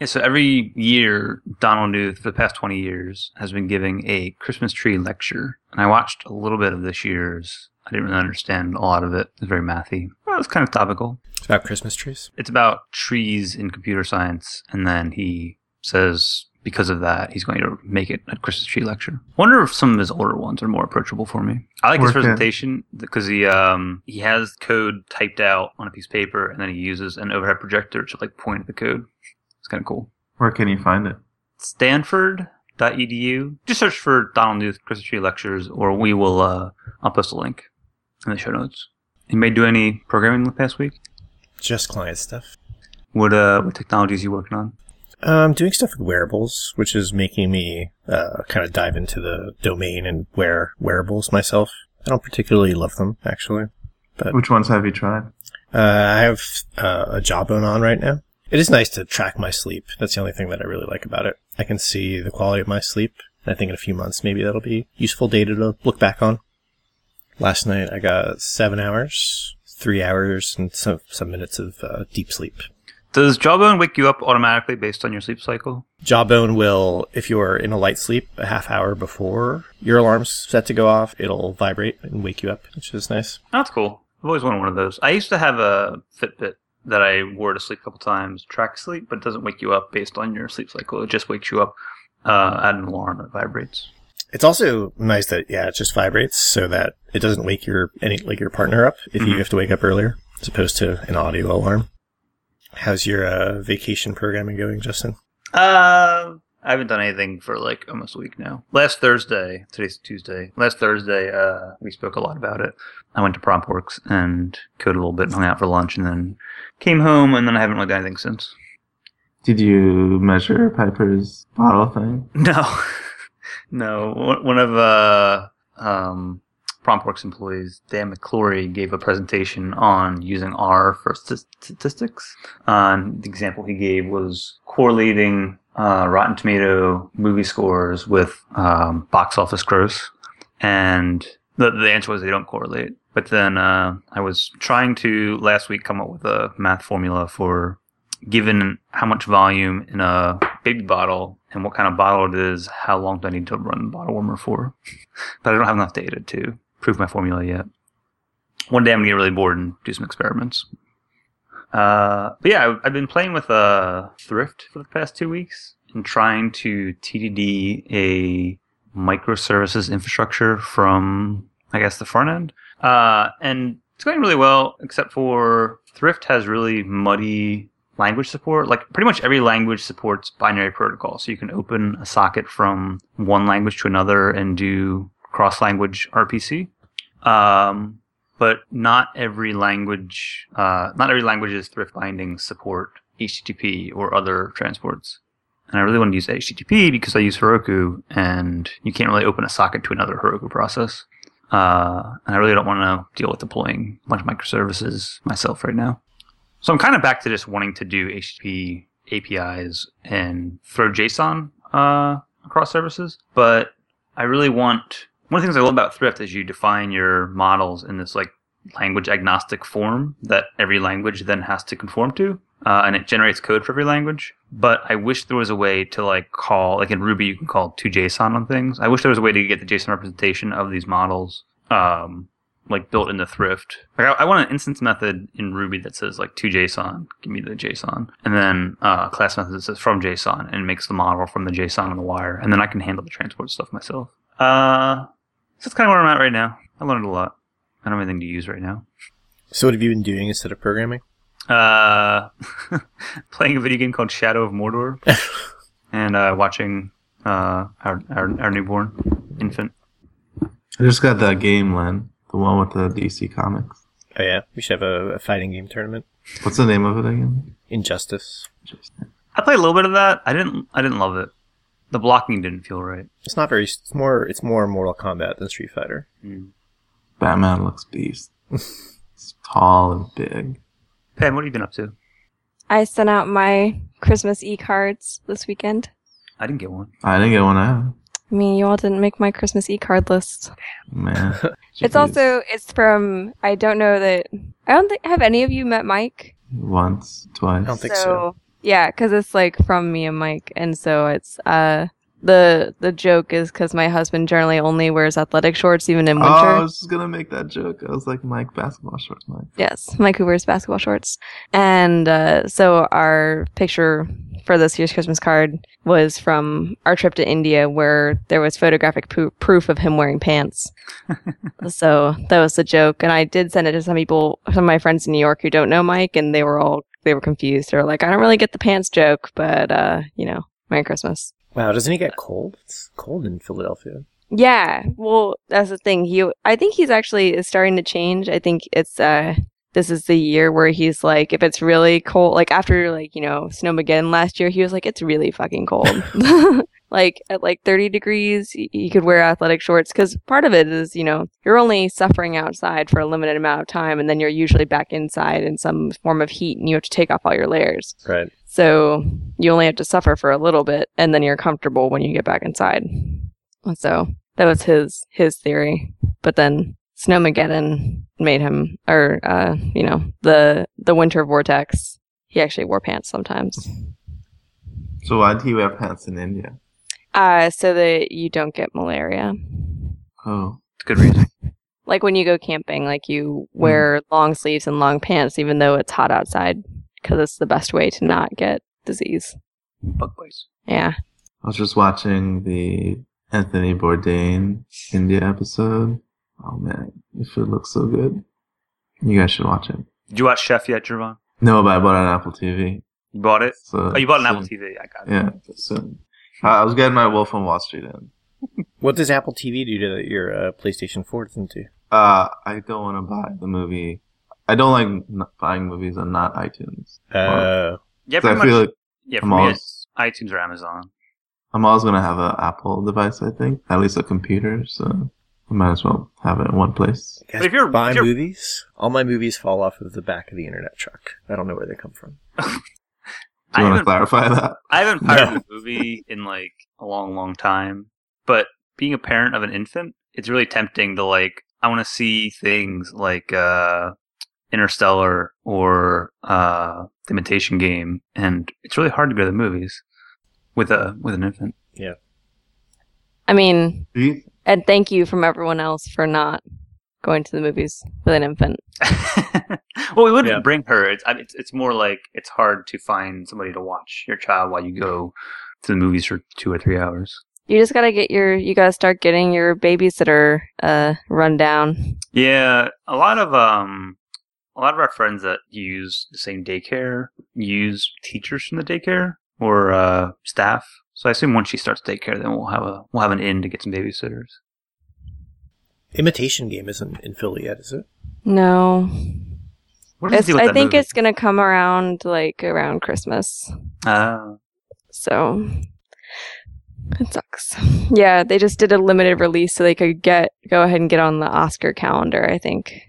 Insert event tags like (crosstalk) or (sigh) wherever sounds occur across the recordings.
Yeah, so every year, Donald Knuth, for the past 20 years, has been giving a Christmas tree lecture. And I watched a little bit of this year's. I didn't really understand a lot of it. It was very mathy. Well, it was kind of topical. It's about Christmas trees. It's about trees in computer science. And then he says, because of that, he's going to make it a Christmas tree lecture. I wonder if some of his older ones are more approachable for me. I like his Worth it. presentation because he um, he has code typed out on a piece of paper, and then he uses an overhead projector to like point at the code. It's kind of cool. Where can you find it? stanford.edu. E Just search for Donald Knuth Christmas Tree Lectures, or we will. Uh, I'll post a link in the show notes. You may do any programming the past week. Just client stuff. What uh, what technologies you working on? I'm doing stuff with wearables, which is making me uh, kind of dive into the domain and wear wearables myself. I don't particularly love them, actually. Which ones have you tried? Uh, I have uh, a jawbone on right now. It is nice to track my sleep. That's the only thing that I really like about it. I can see the quality of my sleep. I think in a few months, maybe that'll be useful data to look back on. Last night, I got seven hours, three hours, and some some minutes of uh, deep sleep. Does Jawbone wake you up automatically based on your sleep cycle? Jawbone will, if you're in a light sleep a half hour before your alarm's set to go off, it'll vibrate and wake you up, which is nice. That's cool. I've always wanted one of those. I used to have a Fitbit that I wore to sleep a couple times, track sleep, but it doesn't wake you up based on your sleep cycle. It just wakes you up uh, at an alarm that vibrates. It's also nice that yeah, it just vibrates so that it doesn't wake your any like your partner up if you Mhm. have to wake up earlier, as opposed to an audio alarm. How's your uh, vacation programming going, Justin? Uh, I haven't done anything for like almost a week now. Last Thursday, today's Tuesday. Last Thursday, uh, we spoke a lot about it. I went to PromptWorks and coded a little bit, and hung out for lunch, and then came home, and then I haven't really done anything since. Did you measure Piper's bottle thing? (laughs) No, no. One- One of uh, um, PromptWorks employees, Dan McClory, gave a presentation on using R for st- statistics. Um, the example he gave was correlating uh, Rotten Tomato movie scores with um, box office gross, and the, the answer was they don't correlate. But then uh, I was trying to last week come up with a math formula for given how much volume in a baby bottle and what kind of bottle it is, how long do I need to run the bottle warmer for? (laughs) but I don't have enough data to prove my formula yet. One day I'm gonna get really bored and do some experiments. Uh, but yeah, I've- I've been playing with uh, Thrift for the past two weeks and trying to TDD a microservices infrastructure from, I guess, the front end. Uh, and it's going really well, except for Thrift has really muddy language support. Like pretty much every language supports binary protocol. So you can open a socket from one language to another and do cross language RPC. Um, but not every language, uh, not every language's thrift bindings support HTTP or other transports. And I really want to use HTTP because I use Heroku, and you can't really open a socket to another Heroku process. Uh, and I really don't want to deal with deploying a bunch of microservices myself right now. So I'm kind of back to just wanting to do HTTP APIs and throw JSON uh, across services. But I really want one of the things I love about Thrift is you define your models in this like language agnostic form that every language then has to conform to, uh, and it generates code for every language. But I wish there was a way to like call like in Ruby you can call to JSON on things. I wish there was a way to get the JSON representation of these models um, like built into Thrift. Like I, I want an instance method in Ruby that says like to JSON, give me the JSON, and then uh, a class method that says from JSON and makes the model from the JSON on the wire, and then I can handle the transport stuff myself. Uh, so that's kind of where I'm at right now. I learned a lot. I don't have anything to use right now. So, what have you been doing instead of programming? Uh, (laughs) playing a video game called Shadow of Mordor, and uh, watching uh, our, our our newborn infant. I just got that game, Len. The one with the DC comics. Oh yeah, we should have a, a fighting game tournament. What's the name of it again? Injustice. Just- I played a little bit of that. I didn't. I didn't love it. The blocking didn't feel right. It's not very. It's more. It's more Mortal Kombat than Street Fighter. Batman looks beast. He's (laughs) tall and big. Pam, what have you been up to? I sent out my Christmas e cards this weekend. I didn't get one. I didn't get one out. I mean, you all didn't make my Christmas e card list. (laughs) Man. It's also it's from I don't know that I don't think have any of you met Mike. Once, twice. I don't think so. so Yeah, because it's like from me and Mike, and so it's uh the the joke is because my husband generally only wears athletic shorts even in Oh, I winter. was just gonna make that joke. I was like, Mike, basketball shorts, Mike. Yes, Mike who wears basketball shorts, and uh, so our picture for this year's Christmas card was from our trip to India, where there was photographic poo- proof of him wearing pants. so that was the joke, and I did send it to some people, some of my friends in New York who don't know Mike, and they were all they were confused. They were like, "I don't really get the pants joke, but uh, you know, Merry Christmas." Wow, doesn't he get cold? It's cold in Philadelphia. Yeah, well, that's the thing. He, I think he's actually is starting to change. I think it's uh, this is the year where he's like, if it's really cold, like after like you know snowmageddon last year, he was like, it's really fucking cold. (laughs) like at like 30 degrees, y- you could wear athletic shorts because part of it is you know you're only suffering outside for a limited amount of time, and then you're usually back inside in some form of heat, and you have to take off all your layers. Right. So you only have to suffer for a little bit and then you're comfortable when you get back inside. And So that was his his theory. But then Snowmageddon made him or uh, you know, the the winter vortex. He actually wore pants sometimes. So why do you wear pants in India? Uh so that you don't get malaria. Oh, It's a good reason. Like when you go camping, like you wear long sleeves and long pants even though it's hot outside because it's the best way to not get disease. Bug bites. Yeah. I was just watching the Anthony Bourdain India episode. Oh man, the food looks so good. You guys should watch it. Did you watch Chef yet, Javon? No, but I bought it on Apple TV. You bought it? So Oh, you bought an Apple soon. TV. I got it. Yeah, soon. Uh, I I was getting my Wolf on Wall Street in. What does Apple TV do to your uh, PlayStation 4 doesn't do? Uh, I don't want to buy the movie. I don't like n- buying movies on not iTunes. Uh, Yeah, 'Cause pretty I feel much. like yeah, for I'm me, all- it's iTunes or Amazon. I'm always gonna have an Apple device. I think at least a computer, so I might as well have it in one place. guys, But if you're- buy if you're- movies, all my movies fall off of the back of the internet truck. I don't know where they come from. Do I you want to haven't, clarify (laughs) that? I (laughs) haven't No. pirated a movie in like a long, long time. But being a parent of an infant, it's really tempting to like. I want to see things like uh, Interstellar or uh, The Imitation Game, and it's really hard to go to the movies with a with an infant. I mean, Do you- And thank you from everyone else for not going to the movies with an infant. (laughs) well, we wouldn't Yeah. bring her. It's, I- it's it's more like it's hard to find somebody to watch your child while you go to the movies for two or three hours. You just gotta get your, you gotta start getting your babysitter uh, run down. Yeah, a lot of um, a lot of our friends that use the same daycare use teachers from the daycare or uh, staff. So I assume once she starts daycare, then we'll have a we'll have an inn to get some babysitters. Imitation Game isn't in Philly yet, is it? No, What does it it's, do with I that think movie? it's gonna come around like around Christmas. Ah, So it sucks. Yeah, they just did a limited release so they could get go ahead and get on the Oscar calendar. I think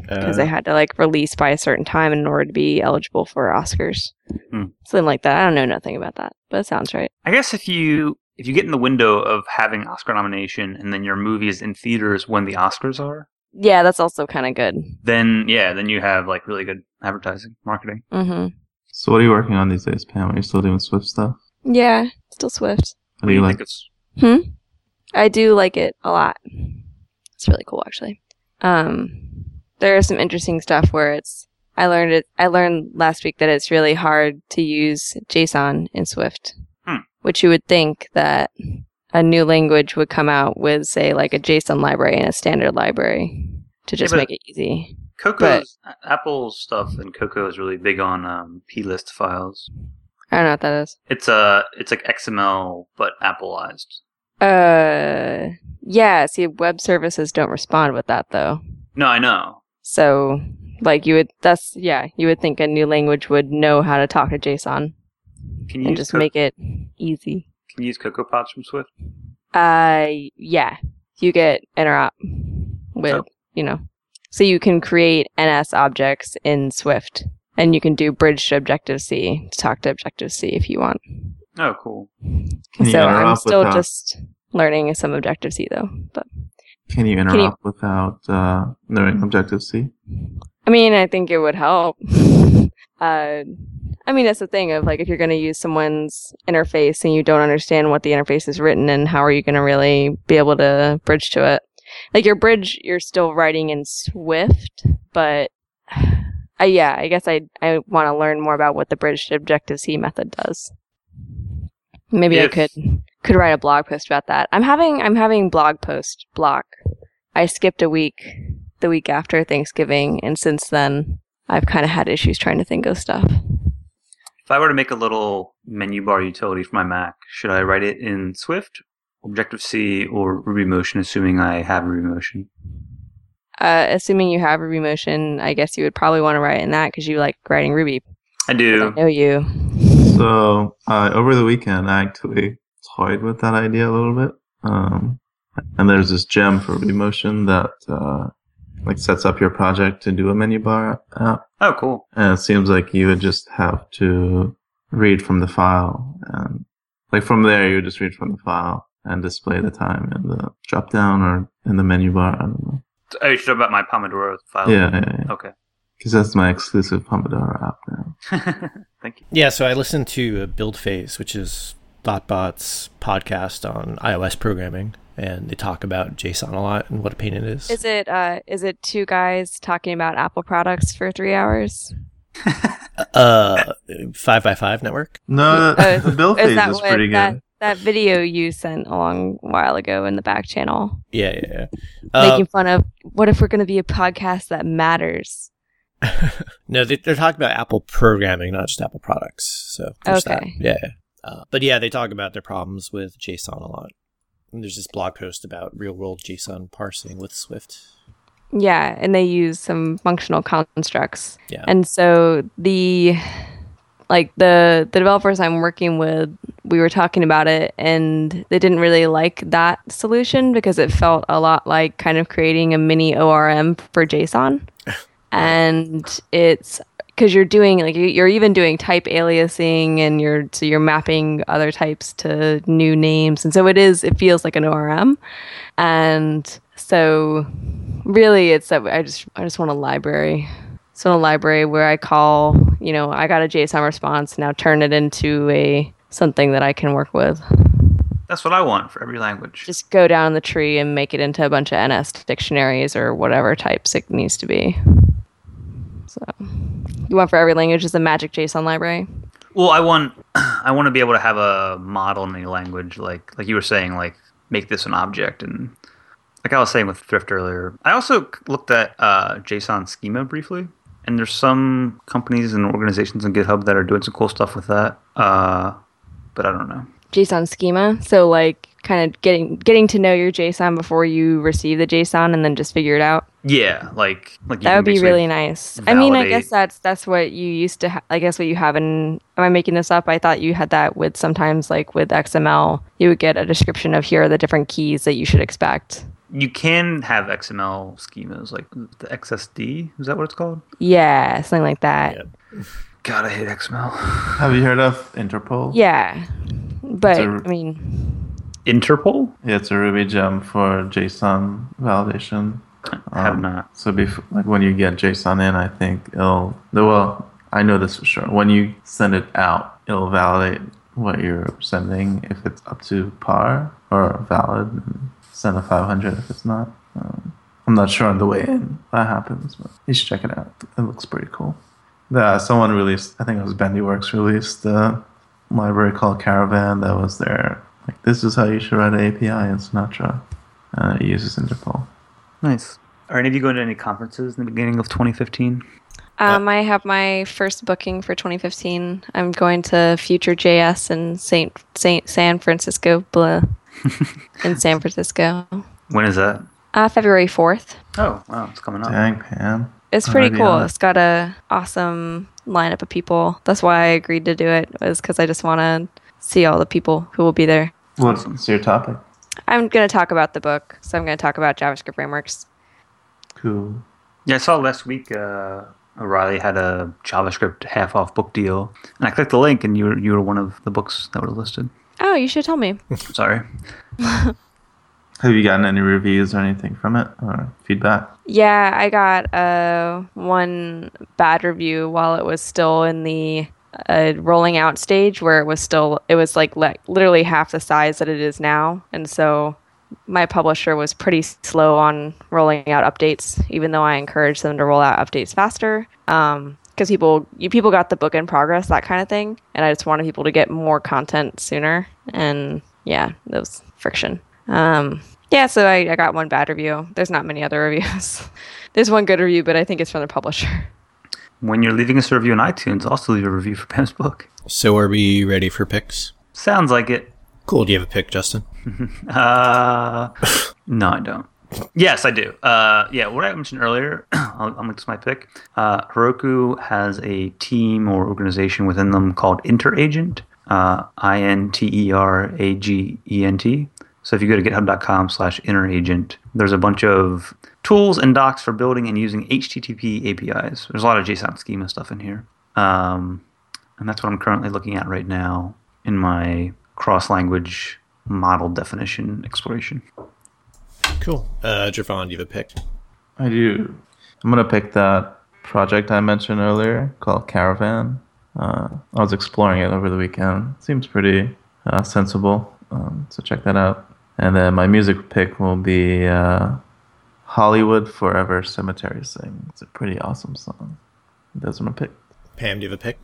Uh-huh. because Uh, they had to like release by a certain time in order to be eligible for Oscars. Hmm. Something like that. I don't know nothing about that, but it sounds right. I guess if you if you get in the window of having Oscar nomination and then your movie is in theaters when the Oscars are, Yeah, that's also kind of good. then yeah, then you have like really good advertising, marketing. hmm so what are you working on these days, Pam? Are you still doing Swift stuff? Yeah, still Swift. How do you like? it's I do like it a lot. It's really cool, actually. Um, there is some interesting stuff where it's. I learned it. I learned last week that it's really hard to use JSON in Swift, Hmm. which you would think that a new language would come out with, say, like a JSON library and a standard library to just but- make it easy. Coco's uh, Apple stuff and Coco is really big on um, plist files. I don't know what that is. It's uh it's like XML but Appleized. Uh, yeah. See, web services don't respond with that though. No, I know. So, like, you would, that's, yeah, you would think a new language would know how to talk to JSON Can you and use just Co- make it easy. Can you use Cocoa Pods from Swift? Uh, yeah, you get interop with, Oh. you know, so you can create NS objects in Swift and you can do bridge to Objective C to talk to Objective C if you want. Oh, cool. Can you so interop I'm still without, just learning some Objective C though, but Can you you- interrupt without uh, knowing Objective C? I mean, I think it would help. (laughs) uh, I I mean, that's the thing of like if you're going to use someone's interface and you don't understand what the interface is written in, how are you going to really be able to bridge to it? Like your bridge, you're still writing in Swift, but (sighs) uh, yeah, I guess I I want to learn more about what the bridge to Objective C method does. Maybe I If- could could write a blog post about that. I'm having I'm having blog post block. I skipped a week the week after Thanksgiving, and since then I've kind of had issues trying to think of stuff. If I were to make a little menu bar utility for my Mac, should I write it in Swift, Objective C, or Ruby Motion, assuming I have Ruby Motion? Uh, assuming you have Ruby Motion, I guess you would probably want to write in that because you like writing Ruby. I 'cause do. I know you. So uh, over the weekend, I actually toyed with that idea a little bit. Um, and there's this gem for Remotion that uh, like sets up your project to do a menu bar app. Oh, cool. And it seems like you would just have to read from the file, and like from there, you would just read from the file and display the time in the drop down or in the menu bar. I don't know. Oh, you should talk about my Pomodoro file. Yeah, yeah, yeah. Okay. (laughs) Because that's my exclusive Pomodoro app now. Thank you. Yeah, so I listened to uh, Build Phase, which is Thoughtbot's podcast on iOS programming, and they talk about JSON a lot and what a pain it is. Is it uh, is it two guys talking about Apple products for three hours? uh, five by five network. No, Oh, the bill phase that is pretty good. that that video you sent a long while ago in the back channel, Yeah, yeah, yeah. Uh, making fun of what if we're going to be a podcast that matters? No, they, they're talking about Apple programming, not just Apple products. So there's that. Okay. yeah, yeah. Uh, but yeah, they talk about their problems with JSON a lot. And there's this blog post about real world JSON parsing with Swift. Yeah, and they use some functional constructs. Yeah. And so the like the the developers I'm working with, we were talking about it and they didn't really like that solution because it felt a lot like kind of creating a mini ORM for JSON. and it's because you're doing like you- you're even doing type aliasing and you're so you're mapping other types to new names and so it is it feels like an ORM and so really it's that i just i just want a library so a library where i call you know i got a json response now turn it into a something that i can work with That's what I want for every language. just go down the tree and make it into a bunch of ns dictionaries or whatever types it needs to be so you want for every language is a magic json library Well, I want (clears throat) I want to be able to have a model in a language, like like you were saying, like make this an object, and like I was saying with Thrift earlier. I also looked at uh, JSON schema briefly, and there's some companies and organizations on GitHub that are doing some cool stuff with that. Uh, but I don't know. json schema so like kind of getting getting to know your json before you receive the json and then just figure it out Yeah, like like you can That would be basically- really nice. I mean, I validate- guess that's that's what you used to. Ha- I guess what you have in. Am I making this up? I thought you had that with sometimes like with XML, you would get a description of here are the different keys that you should expect. you can have XML schemas like the XSD. Is that what it's called? Yeah, something like that. Yeah. God, I hate XML. Have you heard of Interpol? Yeah, but It's I a- mean, Interpol? Yeah, it's a Ruby gem for JSON validation. I have Um, not. So, before, like when you get JSON in, I think it'll. Well, I know this for sure. When you send it out, it'll validate what you're sending if it's up to par or valid, and send a 500 if it's not. Um, I'm not sure on the way in that happens, but you should check it out. It looks pretty cool. The, someone released, I think it was Bendyworks, released the library called Caravan that was there. Like, this is how you should write an API in Sinatra. Uh, it uses Interpol. Nice. Are any of you going to any conferences in the beginning of 2015? um, I have my first booking for 2015. I'm going to Future JS in Saint Saint San Francisco, (laughs) blah, in San Francisco, When is that? uh, February 4th. Oh, wow, it's coming up. Dang, Pam. It's I'm pretty already cool. on it. It's got a awesome lineup of people. That's why I agreed to do it was because I just want to see all the people who will be there. What's your topic? I'm going to talk about the book, so I'm going to talk about JavaScript frameworks. Cool. Yeah, I saw last week uh, O'Reilly had a JavaScript half off book deal, and I clicked the link, and you were, you were one of the books that were listed. Oh, you should tell me. Sorry. Have you gotten any reviews or anything from it or feedback? Yeah, I got uh, one bad review while it was still in the a rolling out stage where it was still it was like le- literally half the size that it is now, and so my publisher was pretty slow on rolling out updates, even though I encouraged them to roll out updates faster. Um, because people you people got the book in progress, that kind of thing, and I just wanted people to get more content sooner. And yeah, that was friction. Um, yeah, so I, I got one bad review. There's not many other (laughs) reviews. There's one good review, but I think it's from the publisher. (laughs) When you're leaving us a review on iTunes, also leave a review for Pam's book. So are we ready for picks? Sounds like it. Cool. Do you have a pick, Justin? Uh, no, I don't. Yes, I do. Uh, yeah, what I mentioned earlier, (clears throat) I'll, I'll make this my pick. Uh, Heroku has a team or organization within them called Interagent, uh, I N T E R A G E N T. So if you go to github.com slash interagent, there's a bunch of tools and docs for building and using HTTP APIs. There's a lot of JSON schema stuff in here. Um, and that's what I'm currently looking at right now in my cross language model definition exploration. Cool. Uh, Javon, do you have a pick? I do. I'm gonna pick that project I mentioned earlier called Caravan. Uh, I was exploring it over the weekend. Seems pretty uh, sensible, um, so check that out. And then my music pick will be uh, Hollywood Forever Cemetery Sing. It's a pretty awesome song. Those are my pick. Pam, do you have a pick?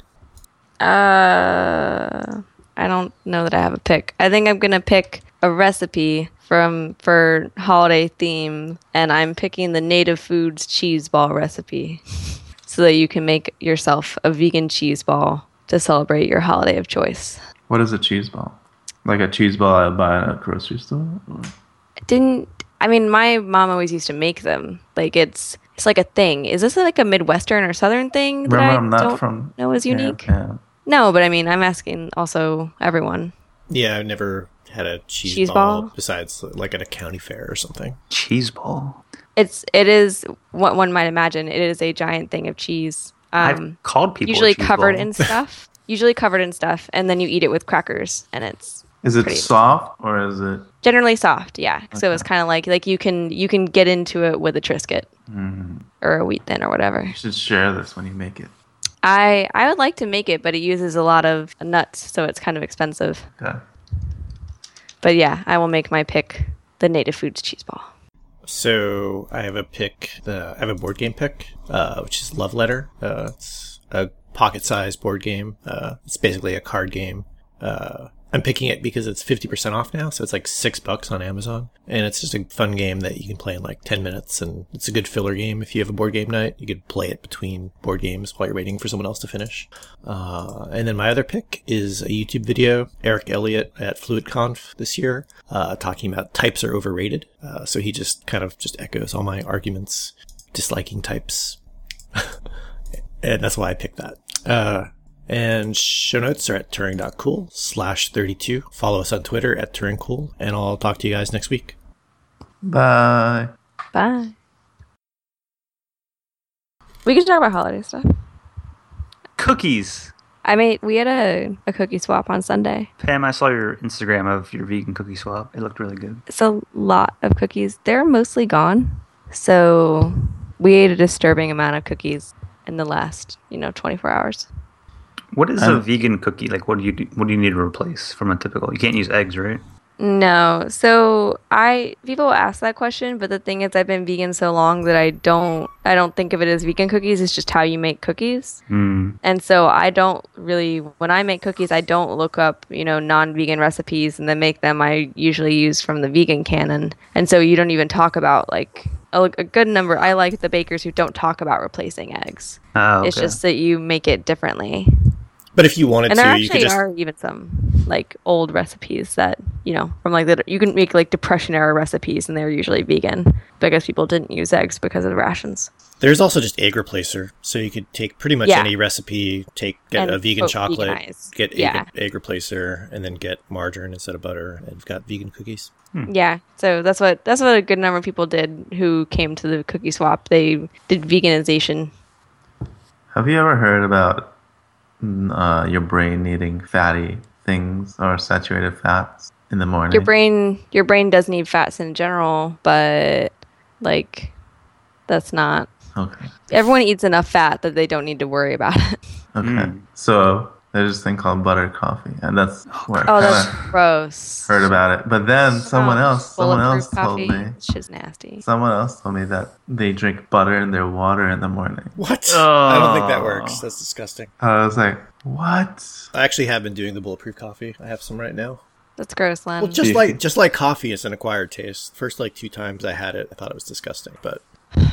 Uh, I don't know that I have a pick. I think I'm gonna pick a recipe from for holiday theme, and I'm picking the Native Foods cheese ball recipe, (laughs) so that you can make yourself a vegan cheese ball to celebrate your holiday of choice. What is a cheese ball? Like a cheese ball I would buy at a grocery store? Or- Didn't I mean my mom always used to make them. Like it's it's like a thing. Is this like a Midwestern or Southern thing? That Remember, I I'm not don't from. know is Yeah, unique. yeah. No, but I mean I'm asking also everyone. Yeah, I've never had a cheese, Cheese ball, ball? besides like at a county fair or something. Cheese ball. It's it is what one might imagine. It is a giant thing of cheese. Um, I've called people. a usually cheese covered ball. (laughs) in stuff. usually covered in stuff, and then you eat it with crackers, and it's Is it Pretty- soft or is it? generally soft. Yeah, so it's Okay. kind of like like you can you can get into it with a Triscuit Mm-hmm. Mm, or a wheat thin or whatever. you should share this when you make it. I I would like to make it, but it uses a lot of nuts, so it's kind of expensive. Okay. But yeah, I will make my pick: the native foods cheese ball. So I have a pick. Uh, I have a board game pick, uh, which is Love Letter. Uh, it's a pocket-sized board game. Uh, it's basically a card game. Uh, I'm picking it because it's 50% off now, so it's like six bucks on Amazon, and it's just a fun game that you can play in like 10 minutes, and it's a good filler game. If you have a board game night, you could play it between board games while you're waiting for someone else to finish. Uh, and then my other pick is a YouTube video, Eric Elliott at FluidConf this year, uh, talking about types are overrated. Uh, so he just kind of just echoes all my arguments disliking types. (laughs) and that's why I picked that. Uh, and show notes are at Turing.cool slash 32. Follow us on Twitter at Turingcool, and I'll talk to you guys next week. Bye. Bye. We can talk about holiday stuff. Cookies. I made we had a, a cookie swap on Sunday. Pam, I saw your Instagram of your vegan cookie swap. It looked really good. It's a lot of cookies. They're mostly gone. So we ate a disturbing amount of cookies in the last, you know, 24 hours. What is a I'm- vegan cookie like? What do you do, what do you need to replace from a typical? You can't use eggs, right? No. So I people ask that question, but the thing is I've been vegan so long that I don't I don't think of it as vegan cookies, it's just how you make cookies. Hmm. And so I don't really, when I make cookies, I don't look up, you know, non vegan recipes and then make them. I usually use from the vegan canon. And so you don't even talk about like a, a good number. I like the bakers who don't talk about replacing eggs. Ah, okay. It's just that you make it differently. But if you wanted And there to, you could actually just. are even some like old recipes that, you know, from like that you can make like depression era recipes and they're usually vegan because people didn't use eggs because of the rations. There's also just egg replacer, so you could take pretty much Yeah. any recipe, take get And a vegan vote chocolate, veganized. get egg, Yeah. egg replacer, and then get margarine instead of butter, and you've got vegan cookies. Yeah, so that's what that's what a good number of people did who came to the cookie swap. They did veganization. Have you ever heard about mm, uh, your brain needing fatty things or saturated fats in the morning? Your brain your brain does need fats in general, but like that's not Okay. everyone eats enough fat that they don't need to worry about it. (laughs) Okay. Mm. So There's this thing called butter coffee, and that's where I Oh, kind that's of gross. heard about it. But then someone else, someone else told coffee. me, Shit's nasty. someone else told me that they drink butter in their water in the morning. What? Oh. I don't think that works. That's disgusting. I was like, what? I actually have been doing the bulletproof coffee. I have some right now. That's gross, Len. Well, just you- like just like coffee is an acquired taste. First, like two times I had it, I thought it was disgusting, but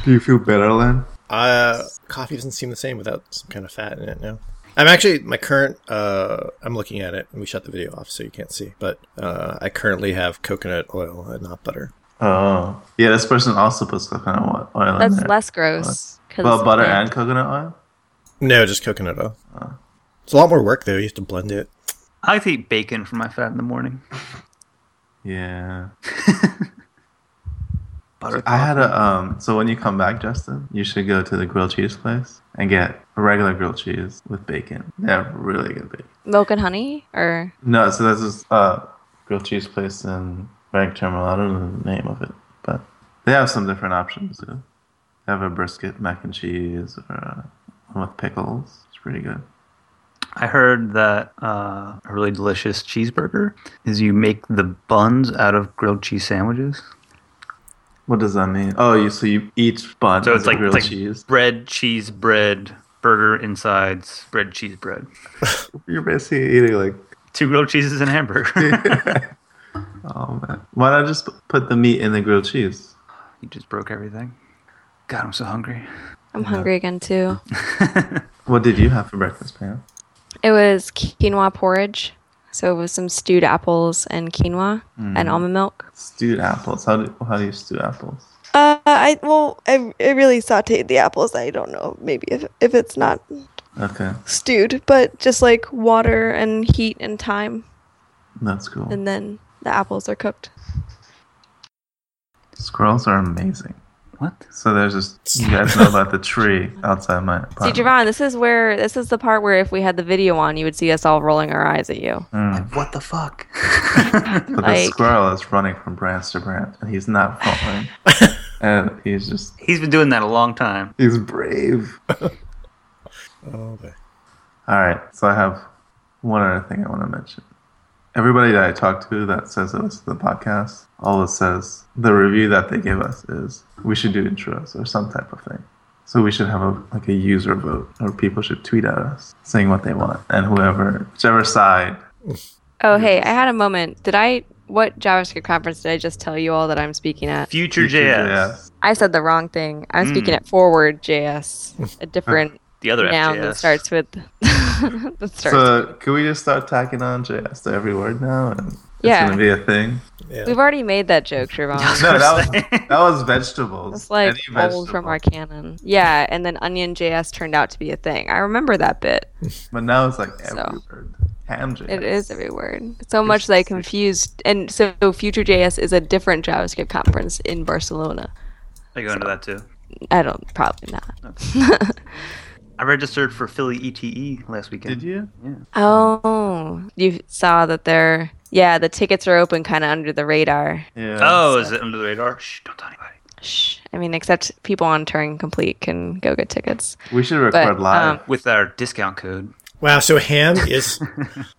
Do you feel better, Len? Uh, coffee doesn't seem the same without some kind of fat in it now. I'm actually my current. Uh, I'm looking at it, and we shut the video off so you can't see. But uh, I currently have coconut oil and not butter. Oh, yeah. This person also puts coconut oil in that's there. less gross. 'cause well, butter yeah. and coconut oil. No, just coconut oil. It's a lot more work though. You have to blend it. I like to eat bacon for my fat in the morning. Yeah. Butter. I had a um. So when you come back, Justin, you should go to the grilled cheese place and get a regular grilled cheese with bacon. They have really good bacon. milk and honey, or No, so there's this uh grilled cheese place in Bank Terminal. I don't know the name of it, but they have some different options. Too. They have a brisket mac and cheese or uh, one with pickles. It's pretty good. I heard that uh, a really delicious cheeseburger is you make the buns out of grilled cheese sandwiches. What does that mean? Oh, you so you each bun So is it's like, a grilled it's like cheese. bread, cheese, bread, burger insides, bread, cheese, bread. You're basically eating like. Two grilled cheeses and a (laughs) hamburger. oh man! Why not just put the meat in the grilled cheese? you just broke everything. God, I'm so hungry. I'm hungry again too. What did you have for breakfast, Pam? It was quinoa porridge, so it was some stewed apples and quinoa and almond milk. Stewed apples. How do how do you stew apples? Uh, I well, I, I really sauteed the apples. I don't know, maybe if if it's not Okay, stewed, but just like water and heat and time, that's cool. and then the apples are cooked. Squirrels are amazing. What? So there's this. You guys know about the tree outside my apartment. See, Javon, this is where this is the part where if we had the video on, you would see us all rolling our eyes at you. Mm. What the fuck? But the Like- squirrel is running from branch to branch, and he's not falling. and he's just He's been doing that a long time. he's brave. Oh, okay. All right, so I have one other thing I want to mention. Everybody that I talk to that says they listen to the podcast always says the review that they give us is we should do intros or some type of thing. So we should have a like a user vote, or people should tweet at us saying what they want, and whoever, whichever side, Oh, hey, I had a moment. Did I? What JavaScript conference did I just tell you all that I'm speaking at? Future, JS. yes, I said the wrong thing. I'm Hmm. speaking Mm. at Forward JS, (laughs) a different The other noun FJS. that starts with (laughs) that starts. So can we just start tacking on JS to every word now, and Yeah. it's gonna be a thing. We've already made that joke, (laughs) Trevon. No, that was Saying. that was vegetables. It's like Any old from vegetable. our canon. Yeah, and then Onion JS turned out to be a thing. I remember that bit. but now it's like every So. word. Ham JS. It is every word. So much that I confused. And so Future JS is a different JavaScript conference in Barcelona. I go into that too. I don't, probably not. (laughs) I registered for Philly ETE last weekend. Did you? Oh, you saw that they're yeah. The tickets are open, kind of under the radar. Yeah. Oh, is it under the radar? Shh, don't tell anybody. Shh. I mean, except people on Turing Complete can go get tickets. We should record live. um, With our discount code. Wow. So ham is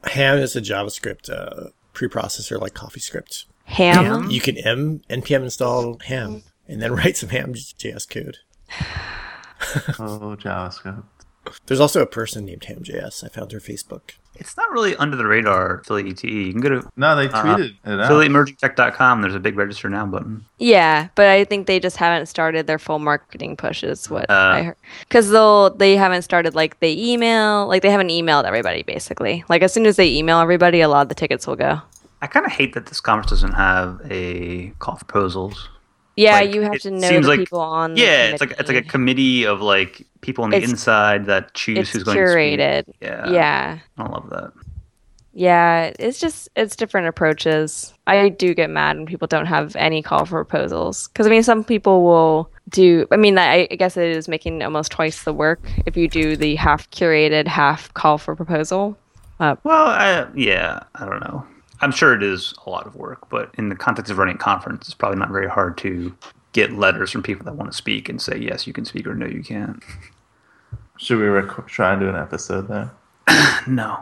ham is a JavaScript uh, preprocessor like CoffeeScript. Ham. You can m npm install ham and then (laughs) write some ham JS code. oh, JavaScript. There's also a person named Ham.js. I found her Facebook. It's not really under the radar, Philly ETE. You can go to No, they Uh, tweeted it out. phillyemergingtech.com. There's a big register now button. Yeah, but I think they just haven't started their full marketing push. Is what Uh. I heard. Because they'll they haven't started like they email like they haven't emailed everybody basically. Like as soon as they email everybody, a lot of the tickets will go. I kind of hate that this conference doesn't have a call for proposals. Yeah, Like, you have it to know seems the like- people on. the Yeah, it's like it's like a committee. committee of like people on the It's- inside that choose it's who's going to curated. speak. Yeah, yeah. I love that. Yeah, it's just it's different approaches. I do get mad when people don't have any call for proposals because I mean some people will do. I mean I, I guess it is making almost twice the work if you do the half curated, half call for proposal. Well, I, yeah, I don't know. I'm sure it is a lot of work, but in the context of running a conference, it's probably not very hard to get letters from people that want to speak and say yes, you can speak or no, you can't. Should we rec- try and do an episode there? No,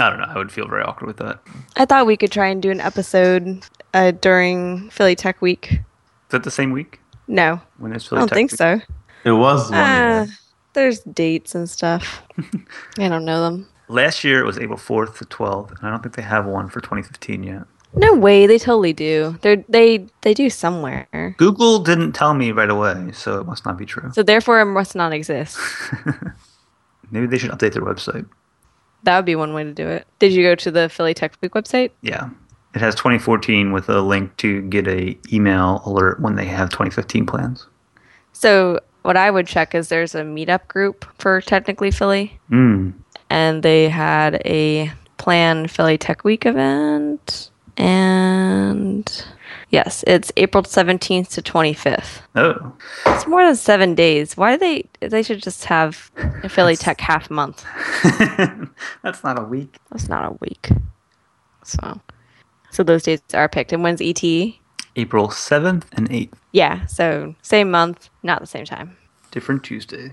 I don't know. I would feel very awkward with that. Is I thought we could try and do an episode uh, during Philly Tech Week. that the same week No, when it's I Philly don't Tech think Week? so. It was one Ah, year. there's dates (laughs) and stuff. I don't know them. Last year it was April 4th to 12th, and I don't think they have one for 2015 yet. No way, they totally do. They they they do somewhere. Google didn't tell me right away, so it must not be true. So therefore, it must not exist. Maybe they should update their website. That would be one way to do it. Did you go to the Philly Tech Week website? Yeah. It has 2014 with a link to get a email alert when they have 2015 plans. So what I would check is there's a meetup group for technically Philly, Mm. and they had a plan Philly Tech Week event, and yes, it's April 17th to 25th. Oh, (laughs) It's more than seven days. Why do they? They should just have a Philly Tech half month. that's not a week. That's not a week. So, so those dates are picked. And when's E ET? April 7th and 8th, Yeah. So same month, not the same time. different Tuesday.